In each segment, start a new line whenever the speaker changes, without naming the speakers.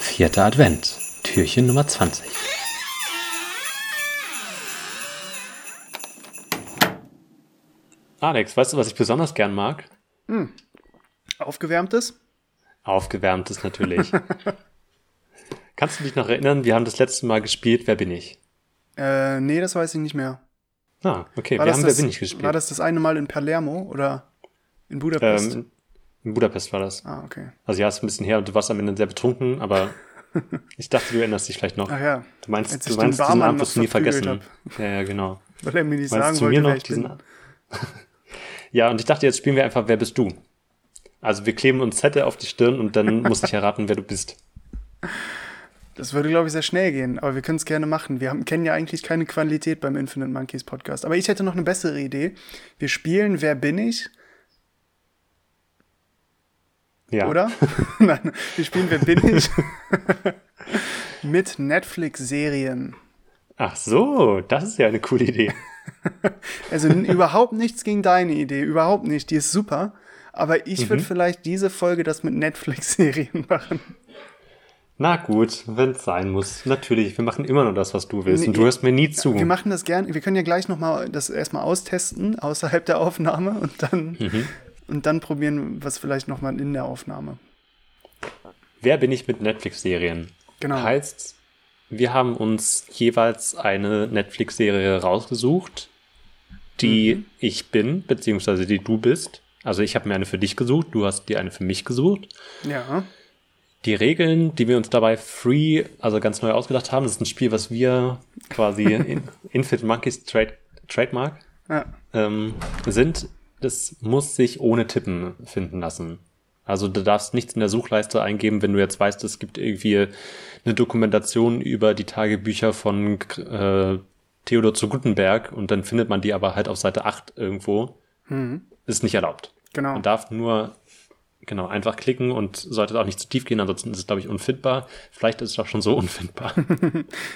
Vierter Advent, Türchen Nummer 20.
Alex, weißt du, was ich besonders gern mag?
Aufgewärmtes?
Aufgewärmtes natürlich. Kannst du dich noch erinnern, wir haben das letzte Mal gespielt Wer bin ich?
Äh, nee, das weiß ich nicht mehr.
Ah, okay,
War
wir
das
haben
das,
Wer bin ich gespielt.
War das das eine Mal in Palermo oder in Budapest?
ähm, in Budapest war das.
ah, okay.
Also ja, ist ein bisschen her und du warst am Ende sehr betrunken, aber ich dachte, du erinnerst dich vielleicht noch.
Ach ja,
Du meinst,
Äh, Als
du
ich den
meinst diesen
Barmann
Abend,
noch
was du nie
verprügelt
vergessen. Ja, ja, genau.
weil er mir nicht
Meinst
sagen
du mir
wollte, wer
noch
ich
diesen?
bin.
ja, und ich dachte, jetzt spielen wir einfach Wer bist du? Also wir kleben uns Zettel auf die Stirn und dann muss ich erraten, wer du bist.
Das würde, glaube ich, sehr schnell gehen, aber wir können es gerne machen. Wir haben, kennen ja eigentlich keine Qualität beim Infinite Monkeys Podcast. Aber ich hätte noch eine bessere Idee. Wir spielen Wer bin ich?
Ja.
oder? Nein, wir spielen Wer bin ich? Mit Netflix-Serien.
Ach so, das ist ja eine coole Idee.
Also n- überhaupt nichts gegen deine Idee, überhaupt nicht. Die ist super. Aber ich würde vielleicht diese Folge das mit Netflix-Serien machen.
Na gut, wenn es sein muss. Natürlich, wir machen immer nur das, was du willst.
Nee,
und du hörst mir nie zu.
Wir machen das gern. Wir können ja gleich nochmal das erstmal austesten, außerhalb der Aufnahme. Und dann, und dann probieren wir es vielleicht nochmal in der Aufnahme.
Wer bin ich mit Netflix-Serien?
Genau.
Heißt, wir haben uns jeweils eine Netflix-Serie rausgesucht, die
Mhm.
ich bin, beziehungsweise die du bist. Also ich habe mir eine für dich gesucht, du hast dir eine für mich gesucht.
Ja.
Die Regeln, die wir uns dabei free, also ganz neu ausgedacht haben, das ist ein Spiel, was wir quasi in Infinite Monkeys Trade, Trademark
ja.
ähm, sind, das muss sich ohne Tippen finden lassen. Also du darfst nichts in der Suchleiste eingeben, wenn du jetzt weißt, es gibt irgendwie eine Dokumentation über die Tagebücher von äh, Theodor zu Gutenberg und dann findet man die aber halt auf Seite 8 irgendwo. Ist nicht erlaubt.
Genau.
Man darf nur genau einfach klicken und sollte auch nicht zu tief gehen, ansonsten ist es, glaube ich, unfindbar. Vielleicht ist es auch schon so unfindbar.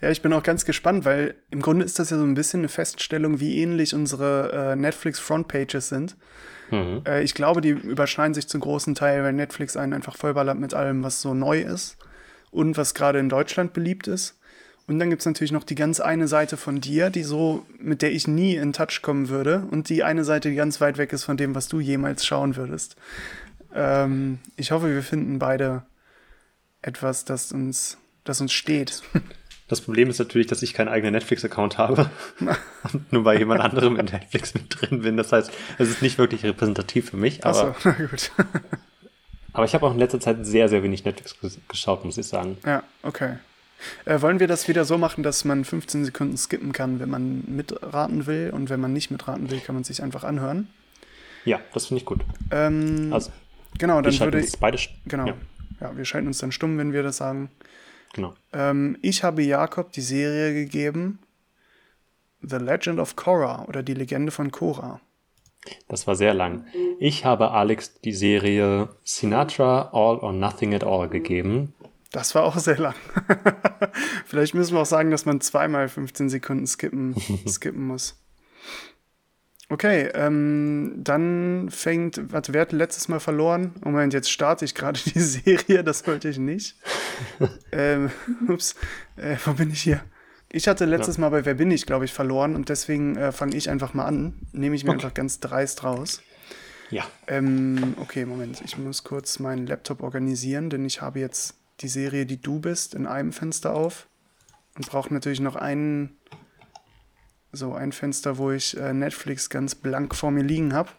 Ja, ich bin auch ganz gespannt, weil im Grunde ist das ja so ein bisschen eine Feststellung, wie ähnlich unsere äh, Netflix Frontpages sind. Äh, ich glaube, die überschneiden sich zum großen Teil, weil Netflix einen einfach vollballert mit allem, was so neu ist und was gerade in Deutschland beliebt ist. Und dann gibt's natürlich noch die ganz eine Seite von dir, die so, mit der ich nie in Touch kommen würde, und die eine Seite, die ganz weit weg ist von dem, was du jemals schauen würdest. Ähm, ich hoffe, wir finden beide etwas, das uns, das uns steht.
Das Problem ist natürlich, dass ich keinen eigenen Netflix-Account habe und nur bei jemand anderem in Netflix mit drin bin. Das heißt, es ist nicht wirklich repräsentativ für mich. Aber,
Achso, na gut.
aber ich habe auch in letzter Zeit sehr, sehr wenig Netflix ges- geschaut, muss ich sagen.
Ja, okay. Äh, wollen wir das wieder so machen, dass man 15 Sekunden skippen kann, wenn man mitraten will und wenn man nicht mitraten will, kann man sich einfach anhören.
Ja, das finde ich gut.
Ähm,
Also,
genau,
wir
dann
schalten
würde ich.
uns beide. sch-
Genau. Ja.
Ja,
wir schalten uns dann stumm, wenn wir das sagen.
genau.
Ähm, ich habe Jakob die Serie gegeben. The Legend of Korra oder die Legende von Korra.
Das war sehr lang. Ich habe Alex die Serie Sinatra All or Nothing at All gegeben.
Das war auch sehr lang. Vielleicht müssen wir auch sagen, dass man zweimal 15 Sekunden skippen, skippen muss. Okay, ähm, dann fängt, warte, wer hat letztes Mal verloren? Moment, jetzt starte ich gerade die Serie, das wollte ich nicht. ähm, ups, äh, wo bin ich hier? Ich hatte letztes Mal bei Wer bin ich, glaube ich, verloren und deswegen äh, fange ich einfach mal an. Nehme ich mir einfach ganz dreist raus.
Ja,
Ähm, okay, Moment. Ich muss kurz meinen Laptop organisieren, denn ich habe jetzt die Serie, die du bist, in einem Fenster auf und brauche natürlich noch einen, so ein Fenster, wo ich äh, Netflix ganz blank vor mir liegen habe.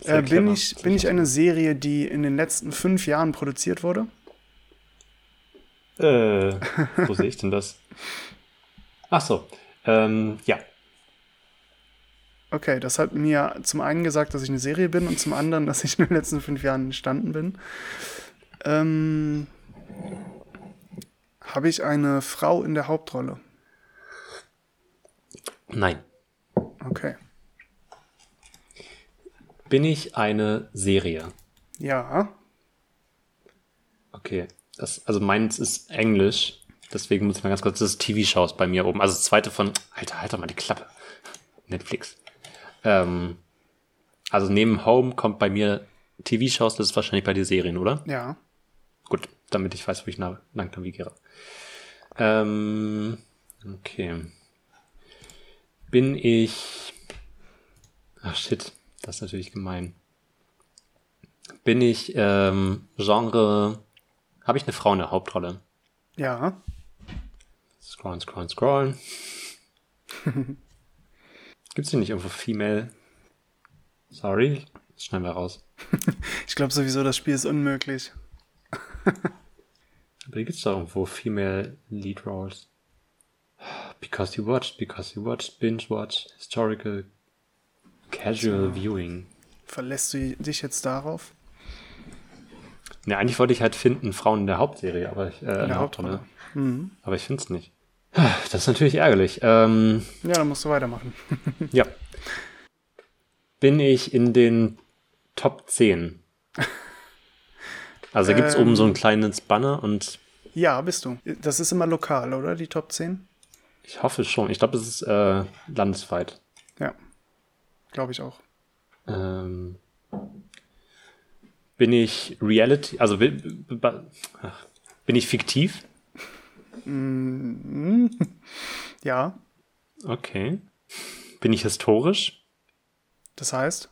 Sehr
Äh, bin
clever.
ich, bin ich eine Serie, die in den letzten fünf Jahren produziert wurde?
Äh, wo sehe ich denn das? Ach so. Ähm, ja,
Okay, das hat mir zum einen gesagt, dass ich eine Serie bin und zum anderen, dass ich in den letzten fünf Jahren entstanden bin. Ähm, habe ich eine Frau in der Hauptrolle?
nein.
Okay.
Bin ich eine Serie?
Ja.
Okay. Das, also meins ist Englisch. Deswegen muss ich mal ganz kurz, das ist TV-Shows bei mir oben. Also das zweite von, Alter, halt doch mal die Klappe. Netflix. Ähm, also neben Home kommt bei mir TV-Shows, das ist wahrscheinlich bei dir Serien, oder?
Ja.
Gut. damit ich weiß, wo ich na lang navigiere. Ähm, okay. Bin ich. Ach shit, das ist natürlich gemein. Bin ich ähm, Genre. Habe ich eine Frau in der Hauptrolle?
Ja.
Scrollen, scrollen, scrollen. Gibt es hier nicht irgendwo Female? Sorry, das schneiden wir raus.
Ich glaube sowieso, das Spiel ist unmöglich.
Aber hier gibt es doch irgendwo Female Lead Roles. Because you watched, because you watched, binge watch, historical, casual viewing.
Verlässt du dich jetzt darauf?
Ne, eigentlich wollte ich halt finden, Frauen in der Hauptserie, aber ich, äh, in der Hauptrolle.
Hauptrolle. Mhm.
Aber ich finde es nicht. Das ist natürlich ärgerlich. Ähm,
Ja, dann musst du weitermachen.
ja. Bin ich in den Top 10? Also da gibt es
Ähm.
oben so einen kleinen Banner und
Ja, bist du. Das ist immer lokal, oder? Die Top 10?
ich hoffe schon. Ich glaube, es ist äh, landesweit.
Ja. Glaube ich auch.
Ähm, bin ich Reality, also bi- bi- ba- ach, bin ich fiktiv?
Ja,
Okay. Bin ich historisch?
das heißt,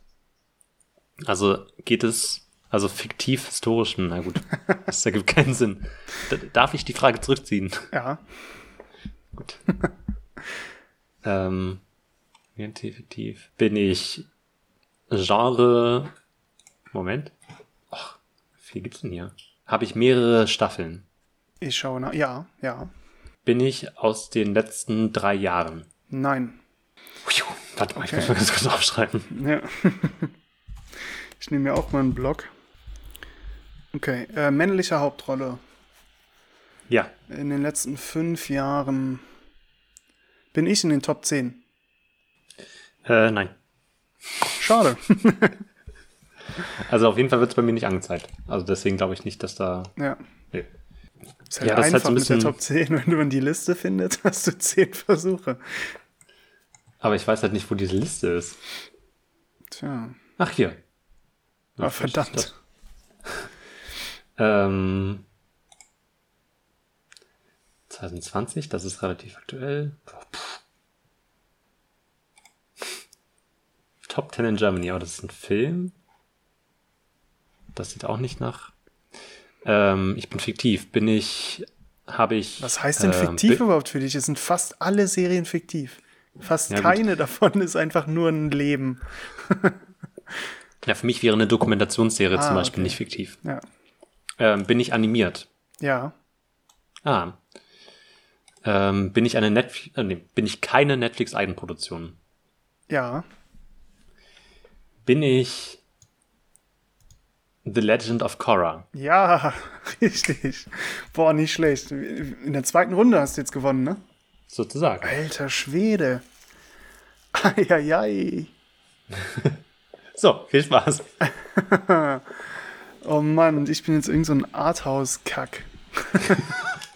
Also geht es, also fiktiv historisch, hm, na gut, das ergibt keinen Sinn. D darf ich die Frage zurückziehen?
ja,
gut. ähm, orientiert, fiktiv. Bin ich Genre, Moment. Ach, wie viel gibt's denn hier? Habe ich mehrere Staffeln?
ich schaue nach. Ja, ja.
bin ich aus den letzten drei Jahren.
Nein.
Puh, Warte mal, ich
Okay.
muss mal ganz kurz aufschreiben.
Ja. ich nehme mir auch mal einen Block. Okay, äh, männliche Hauptrolle.
Ja,
In den letzten fünf Jahren bin ich in den Top 10.
äh, nein.
Schade.
Also auf jeden Fall wird es bei mir nicht angezeigt. Also deswegen glaube ich nicht, dass da.
ja.
Nee.
Ist halt
Ja, das ist halt
einfach
so ein
mit der
bisschen-
Top 10. Wenn man die Liste findet, hast du 10 Versuche.
Aber ich weiß halt nicht, wo diese Liste ist.
Tja.
Ach, hier.
Ah,
vielleicht ist
verdammt.
das- Ähm, 2020, das ist relativ aktuell. Boah, pff. Top 10 in Germany, aber das ist ein Film. Das sieht auch nicht nach. Ähm, ich bin fiktiv. Bin ich. Habe ich.
Was heißt denn
ähm,
fiktiv
bi-
überhaupt für dich? Es sind fast alle Serien fiktiv. Fast
Ja, gut.
keine davon ist einfach nur ein Leben.
Ja, für mich wäre eine Dokumentationsserie
Ah,
zum Beispiel
okay.
nicht fiktiv.
Ja.
Ähm, bin ich animiert?
Ja.
Ah. Ähm, bin ich eine Netflix. Äh, nee, bin ich keine Netflix-Eigenproduktion?
Ja.
bin ich The Legend of Korra.
Ja, richtig. Boah, nicht schlecht. In der zweiten Runde hast du jetzt gewonnen, ne?
Sozusagen.
Alter Schwede. Eieiei.
So, viel Spaß.
Oh Mann, ich bin jetzt irgend so ein Arthouse-Kack.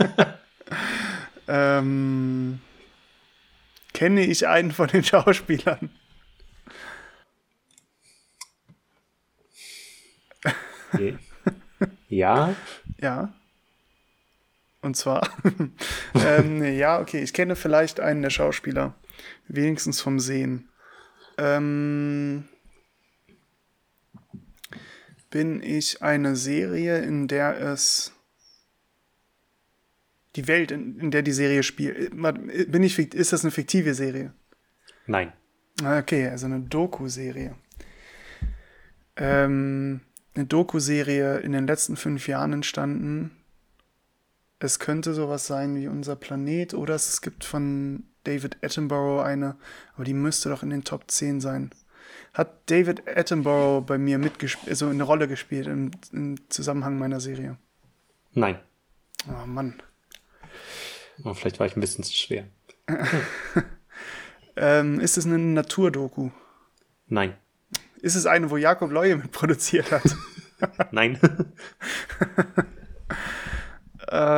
ähm, kenne ich einen von den Schauspielern?
Ja,
Ja. Und zwar, ähm, nee, ja, okay, ich kenne vielleicht einen der Schauspieler. Wenigstens vom Sehen. Ähm, bin ich eine Serie, in der es die Welt, in, in der die Serie spielt. äh, Warte, Bin ich, fikt- ist das eine fiktive Serie?
nein.
Ah, Okay, also eine Doku-Serie. Ähm, eine Doku-Serie in den letzten fünf Jahren entstanden. Es könnte sowas sein wie Unser Planet oder es gibt von David Attenborough eine, aber die müsste doch in den Top 10 sein. Hat David Attenborough bei mir mitgespielt, also eine Rolle gespielt im, im Zusammenhang meiner Serie?
Nein.
Oh Mann.
Oh, vielleicht war ich ein bisschen zu schwer.
Ähm, ist es eine Naturdoku?
Nein.
Ist es eine, wo Jakob Leue mitproduziert hat?
Nein.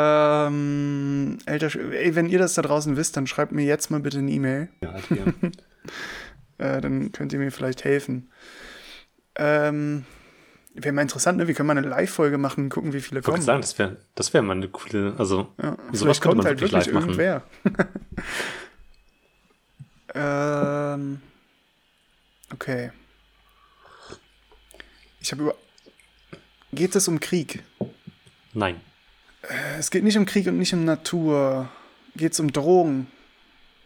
Ähm, älter, Sch- ey, wenn ihr das da draußen wisst, dann schreibt mir jetzt mal bitte eine E-Mail.
ja, halt hier.
Äh, dann könnt ihr mir vielleicht helfen. Ähm, Wäre mal interessant, ne? Wir können mal eine Live-Folge machen, gucken, wie viele
Wollte
kommen.
ich sagen, das wäre das wär mal eine coole, also
Ja,
sowas
vielleicht
könnte
kommt
man
halt
wirklich
wirklich
live machen.
irgendwer. ähm, okay. Ich habe über. Geht es um Krieg?
Nein.
Es geht nicht um Krieg und nicht um Natur. Geht es um Drogen?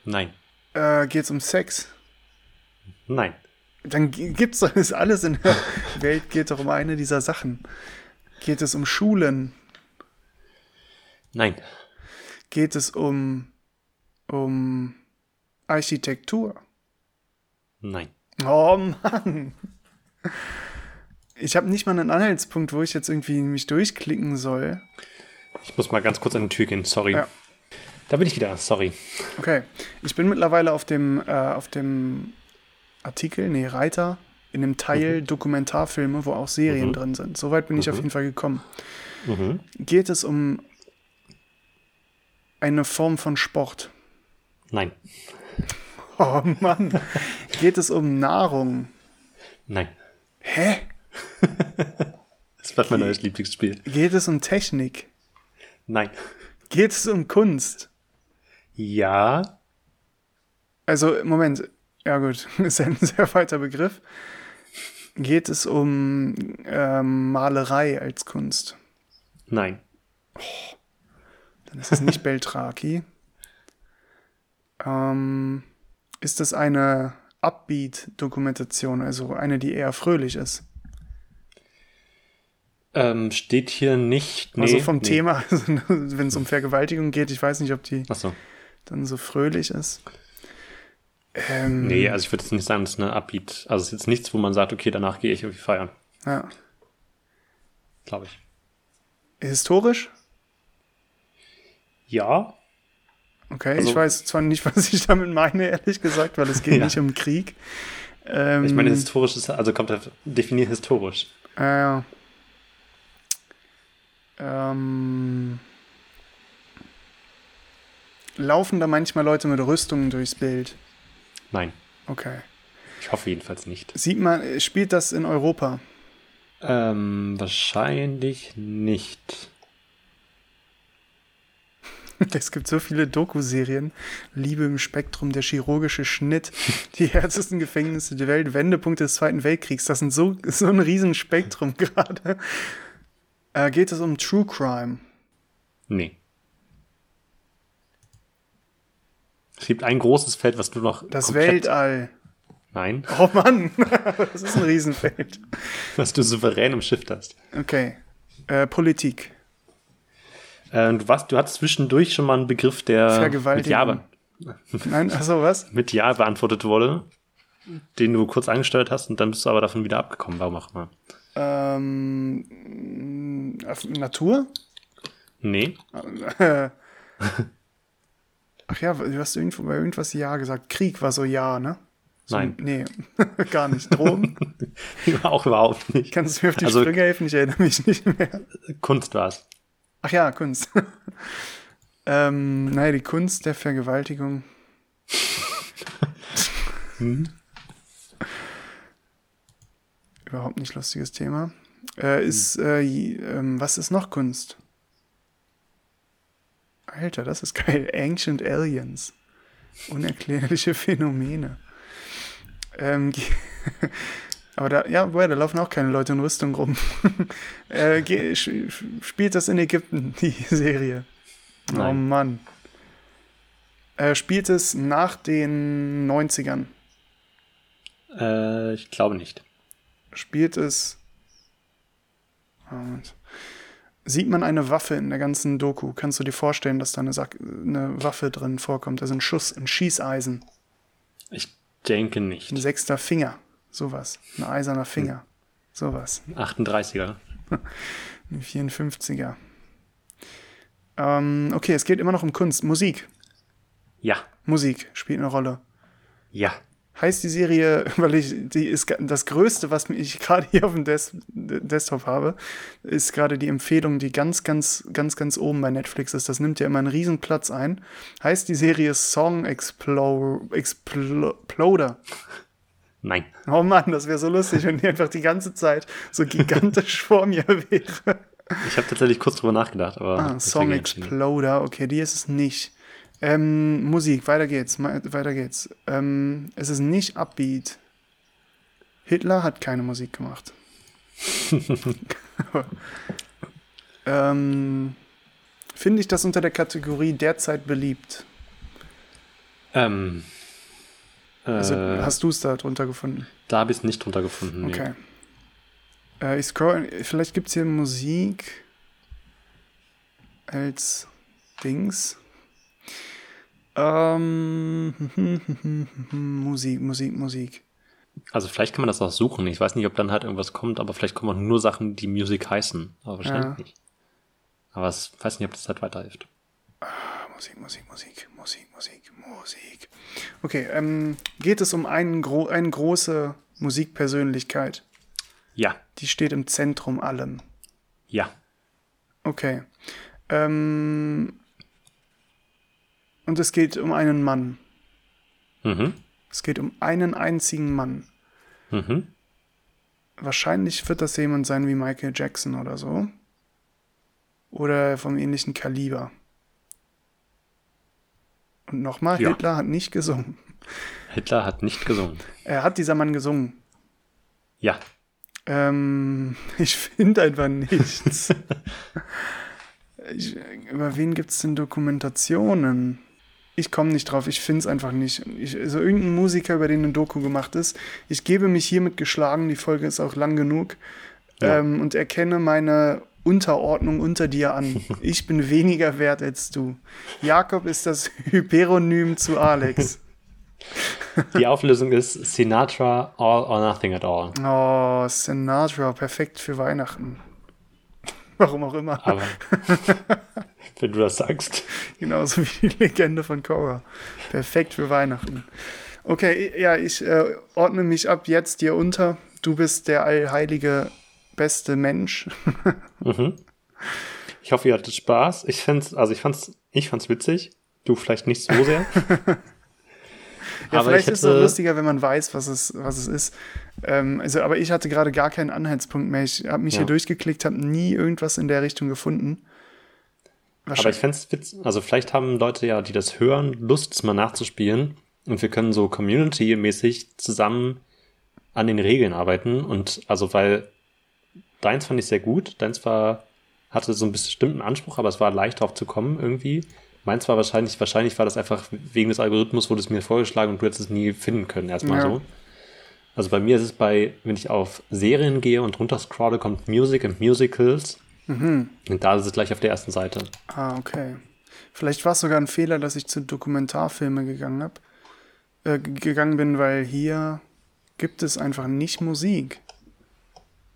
Nein.
Äh, geht es um Sex?
Nein.
Dann gi- gibt's doch das alles in der Welt, geht doch um eine dieser Sachen. Geht es um Schulen?
Nein.
Geht es um, um Architektur?
Nein.
Oh Mann. Ich habe nicht mal einen Anhaltspunkt, wo ich jetzt irgendwie mich durchklicken soll.
Ich muss mal ganz kurz an die Tür gehen, sorry.
Ja.
Da bin ich wieder, sorry.
Okay. Ich bin mittlerweile auf dem, äh, auf dem Artikel, nee, Reiter, in dem Teil Dokumentarfilme, wo auch Serien drin sind. Soweit bin ich auf jeden Fall gekommen.
Mhm.
Geht es um eine Form von Sport?
Nein.
Oh Mann. Geht es um Nahrung?
Nein.
Hä?
Das bleibt mein neues Lieblingsspiel.
Geht es um Technik?
Nein.
Geht es um Kunst?
Ja.
Also, Moment. Ja, gut. Ist ein sehr weiter Begriff. Geht es um ähm, Malerei als Kunst?
Nein.
Dann ist es nicht Beltraki. Ähm, ist es eine Upbeat-Dokumentation, also eine, die eher fröhlich ist?
Ähm, steht hier nicht. Nee,
also vom
nee.
Thema, also, wenn es um Vergewaltigung geht, ich weiß nicht, ob die
Achso.
dann so fröhlich ist. Ähm,
Nee, also ich würde jetzt nicht sagen, das ist eine Upbeat. Also es ist jetzt nichts, wo man sagt, okay, danach gehe ich irgendwie feiern.
ja.
Glaube ich.
Historisch?
Ja.
Okay,
Also-
ich weiß zwar nicht, was ich damit meine, ehrlich gesagt, weil es geht
Ja.
nicht um Krieg. Ähm,
Ich meine, historisch ist, also kommt auf, definier historisch.
äh, ähm, laufen da manchmal Leute mit Rüstungen durchs Bild?
Nein.
Okay.
Ich hoffe jedenfalls nicht.
Sieht man, äh, spielt das in Europa?
Ähm, wahrscheinlich nicht.
Es gibt so viele Doku-Serien. Liebe im Spektrum, der chirurgische Schnitt, die härtesten Gefängnisse der Welt, Wendepunkt des Zweiten Weltkriegs. Das sind so, so ein Riesenspektrum gerade. Äh, geht es um True Crime?
Nee. Es gibt ein großes Feld, was du noch.
Das
komplett-
Weltall.
Nein,
Oh Mann, das ist ein Riesenfeld.
was du souverän umschifft hast.
Okay. Äh, Politik.
Äh, du, warst, du hattest zwischendurch schon mal einen Begriff, der mit
Vergewaltigung.
ja, be-
Nein, achso, was?
mit ja beantwortet wurde, den du kurz angesteuert hast und dann bist du aber davon wieder abgekommen. Warum auch immer.
Ähm, auf Natur?
Nee.
Äh, Ach ja, du hast irgendwo bei irgendwas Ja gesagt. Krieg war so Ja, ne? So,
Nein.
Nee, gar nicht. Drogen?
auch überhaupt nicht.
Kannst du mir auf die
Also-
Sprünge helfen? Ich erinnere mich nicht mehr.
Kunst war es.
Ach ja, Kunst. ähm, naja, die Kunst der Vergewaltigung. Überhaupt nicht lustiges Thema. Äh, ist, äh, j- ähm, was ist noch Kunst? Alter, das ist geil. Ancient Aliens. Unerklärliche Phänomene. Ähm, ge- aber da, ja, boah, da laufen auch keine Leute in Rüstung rum. äh, ge- sch- sch- spielt das in Ägypten, die Serie? Oh
Nein.
Mann. Äh, spielt es nach den 90ern?
Äh, ich glaube nicht.
Spielt es. Moment. Sieht man eine Waffe in der ganzen Doku? Kannst du dir vorstellen, dass da eine, Sack, eine Waffe drin vorkommt? Also ein Schuss, ein Schießeisen,
Ich denke nicht.
ein sechster Finger, sowas. Ein eiserner Finger, sowas.
38er.
Ein 54er. Ähm, okay, es geht immer noch um Kunst. Musik.
Ja.
Musik spielt eine Rolle.
Ja.
Heißt die Serie, weil ich, die ist ga- das Größte, was ich gerade hier auf dem Des D- Desktop habe, ist gerade die Empfehlung, die ganz, ganz, ganz, ganz oben bei Netflix ist. Das nimmt ja immer einen riesen Platz ein. Heißt die Serie Song Explo Explo Exploder.
Nein.
Oh Mann, das wäre so lustig, wenn die einfach die ganze Zeit so gigantisch vor mir wäre.
Ich habe tatsächlich kurz drüber nachgedacht, aber.
Ah,
deswegen
Song
entschieden.
Exploder, okay, die ist es nicht. Ähm, Musik, weiter geht's, ma- weiter geht's. Ähm, es ist nicht Upbeat. Hitler hat keine Musik gemacht. ähm, Finde ich das unter der Kategorie derzeit beliebt?
Ähm. Äh,
Also hast du es da drunter gefunden?
da habe ich es nicht drunter gefunden. Nee.
Okay. Äh, ich scroll, vielleicht gibt es hier Musik als Dings. Ähm, Musik, Musik, Musik.
Also vielleicht kann man das auch suchen. Ich weiß nicht, ob dann halt irgendwas kommt, aber vielleicht kommen auch nur Sachen, die Music heißen. Aber wahrscheinlich
Ja.
nicht. Aber ich weiß nicht, ob das halt weiterhilft.
Musik, Musik, Musik, Musik, Musik, Musik. Okay, ähm, geht es um einen gro eine große Musikpersönlichkeit,
Ja,
die steht im Zentrum allem.
ja.
Okay. Ähm, und es geht um einen Mann.
Mhm.
Es geht um einen einzigen Mann.
Mhm.
Wahrscheinlich wird das jemand sein wie Michael Jackson oder so. Oder vom ähnlichen Kaliber. Und nochmal,
Ja.
Hitler hat nicht gesungen.
Hitler hat nicht gesungen.
Er hat dieser Mann gesungen.
Ja.
Ähm, ich finde einfach nichts. ich, über wen gibt es denn Dokumentationen? Ich komme nicht drauf, ich finde es einfach nicht. Ich, also irgendein Musiker, über den eine Doku gemacht ist. Ich gebe mich hiermit geschlagen, die Folge ist auch lang genug.
Ja.
Ähm, und erkenne meine Unterordnung unter dir an. Ich bin weniger wert als du. Jakob ist das Hyperonym zu Alex.
Die Auflösung ist Sinatra All or Nothing at All.
Oh, Sinatra, perfekt für Weihnachten. Warum auch immer.
Aber wenn du das sagst.
Genauso wie die Legende von Korra. Perfekt für Weihnachten. Okay, i- ja, ich äh, ordne mich ab jetzt dir unter. Du bist der allheilige beste Mensch.
Mhm. Ich hoffe, ihr hattet Spaß. Ich fand's, also ich fand's, ich fand's witzig. Du vielleicht nicht so sehr.
Ja,
aber ich
vielleicht ist es auch
hätte-
lustiger, wenn man weiß, was es, was es ist. Ähm, also, aber ich hatte gerade gar keinen Anhaltspunkt mehr. Ich habe mich
Ja.
hier durchgeklickt, habe nie irgendwas in der Richtung gefunden.
Aber ich fänd's witzig. Also vielleicht haben Leute ja, die das hören, Lust, es mal nachzuspielen. Und wir können so community-mäßig zusammen an den Regeln arbeiten. Und also, weil deins fand ich sehr gut. Deins war, hatte so einen bestimmten Anspruch, aber es war leicht drauf zu kommen irgendwie. Meins war wahrscheinlich, wahrscheinlich war das einfach wegen des Algorithmus wurde es mir vorgeschlagen und du hättest es nie finden können, erstmal
Ja.
so. Also bei mir ist es bei, wenn ich auf Serien gehe und runter scrolle, kommt Music and Musicals. Und da ist es gleich auf der ersten Seite.
Ah, okay. Vielleicht war es sogar ein Fehler, dass ich zu Dokumentarfilme gegangen hab, äh, g- gegangen bin, weil hier gibt es einfach nicht Musik.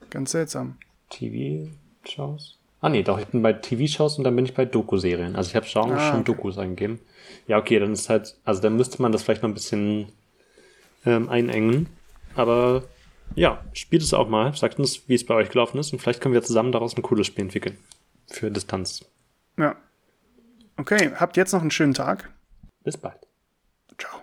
Ganz seltsam.
TV-Shows? Ah, nee, doch, ich bin bei TV-Shows und dann bin ich bei Doku-Serien. Also ich habe Genre
Ah,
schon
okay.
Dokus eingegeben. Ja, okay, dann ist halt, also dann müsste man das vielleicht noch ein bisschen ähm, einengen. Aber ja, spielt es auch mal, sagt uns, wie es bei euch gelaufen ist und vielleicht können wir zusammen daraus ein cooles Spiel entwickeln. Für Distanz.
Ja. Okay, habt jetzt noch einen schönen Tag.
Bis bald.
Ciao.